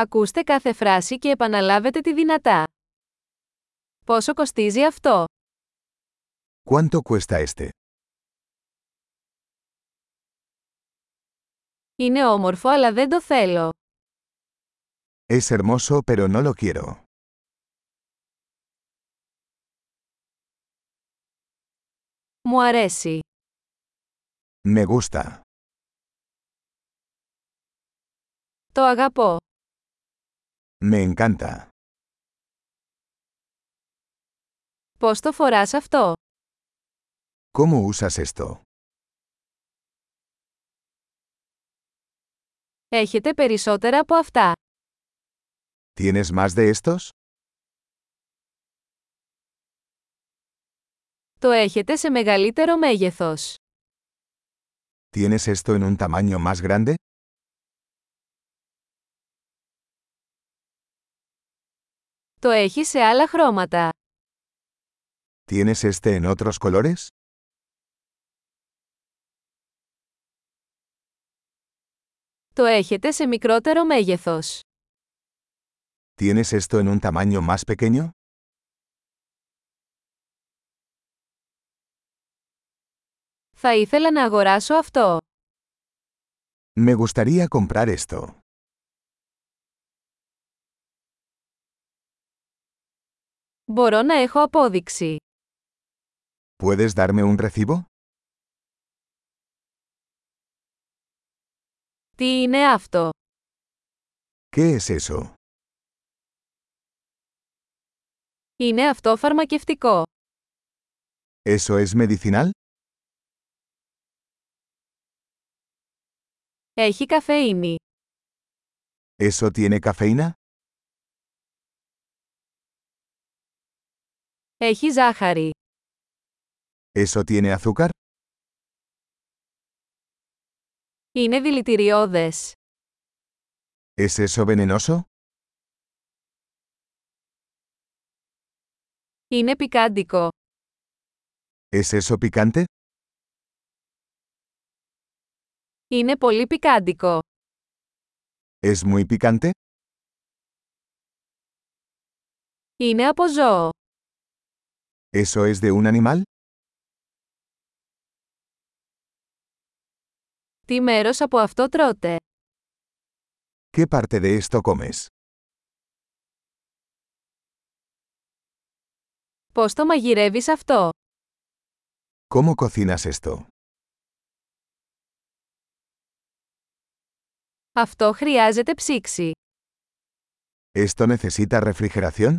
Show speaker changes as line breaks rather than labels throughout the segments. Ακούστε κάθε φράση και επαναλάβετε τη δυνατά. Πόσο κοστίζει αυτό?
¿Cuánto cuesta este?
Είναι όμορφο αλλά δεν το θέλω.
Es hermoso pero no lo quiero.
Μου αρέσει.
Me gusta.
Το αγαπώ.
Me encanta.
Πώς το φοράς αυτό?
¿Cómo usas esto?
Έχετε περισσότερα από αυτά.
¿Tienes más de estos?
Το έχετε σε μεγαλύτερο μέγεθος.
¿Tienes esto en un tamaño más grande?
Το έχει σε άλλα χρώματα.
¿Tienes este en otros colores?
Το έχετε σε μικρότερο μέγεθος.
¿Tienes esto en un tamaño más pequeño?
Θα ήθελα να αγοράσω αυτό.
Me gustaría comprar esto.
Μπορώ να έχω απόδειξη.
¿Puedes darme un recibo?
Τι είναι αυτό?
¿Qué es eso?
Είναι αυτό φαρμακευτικό.
¿Eso es medicinal?
Έχει καφεΐνη.
¿Eso tiene cafeína?
Έχει ζάχαρη.
¿Eso tiene azúcar?
Είναι δηλητηριώδες.
¿Es eso venenoso?
Είναι πικάντικο.
¿Es eso picante?
Είναι πολύ πικάντικο.
¿Es muy picante?
Είναι από ζώο.
¿Eso es de un animal?
Τι μέρος από αυτό τρώτε?
¿Qué parte de esto comes?
Πώς το μαγειρεύεις αυτό?
¿Cómo cocinas esto?
Αυτό χρειάζεται ψήξη.
¿Esto necesita refrigeración?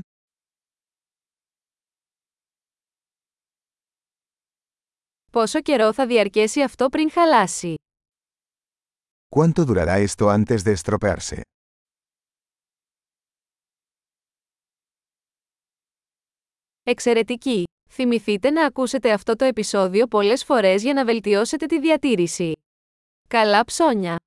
Πόσο καιρό θα διαρκέσει αυτό πριν χαλάσει?
¿Cuánto durará esto antes de estropearse?
Εξαιρετική! Θυμηθείτε να ακούσετε αυτό το επεισόδιο πολλές φορές για να βελτιώσετε τη διατήρηση. Καλά ψώνια!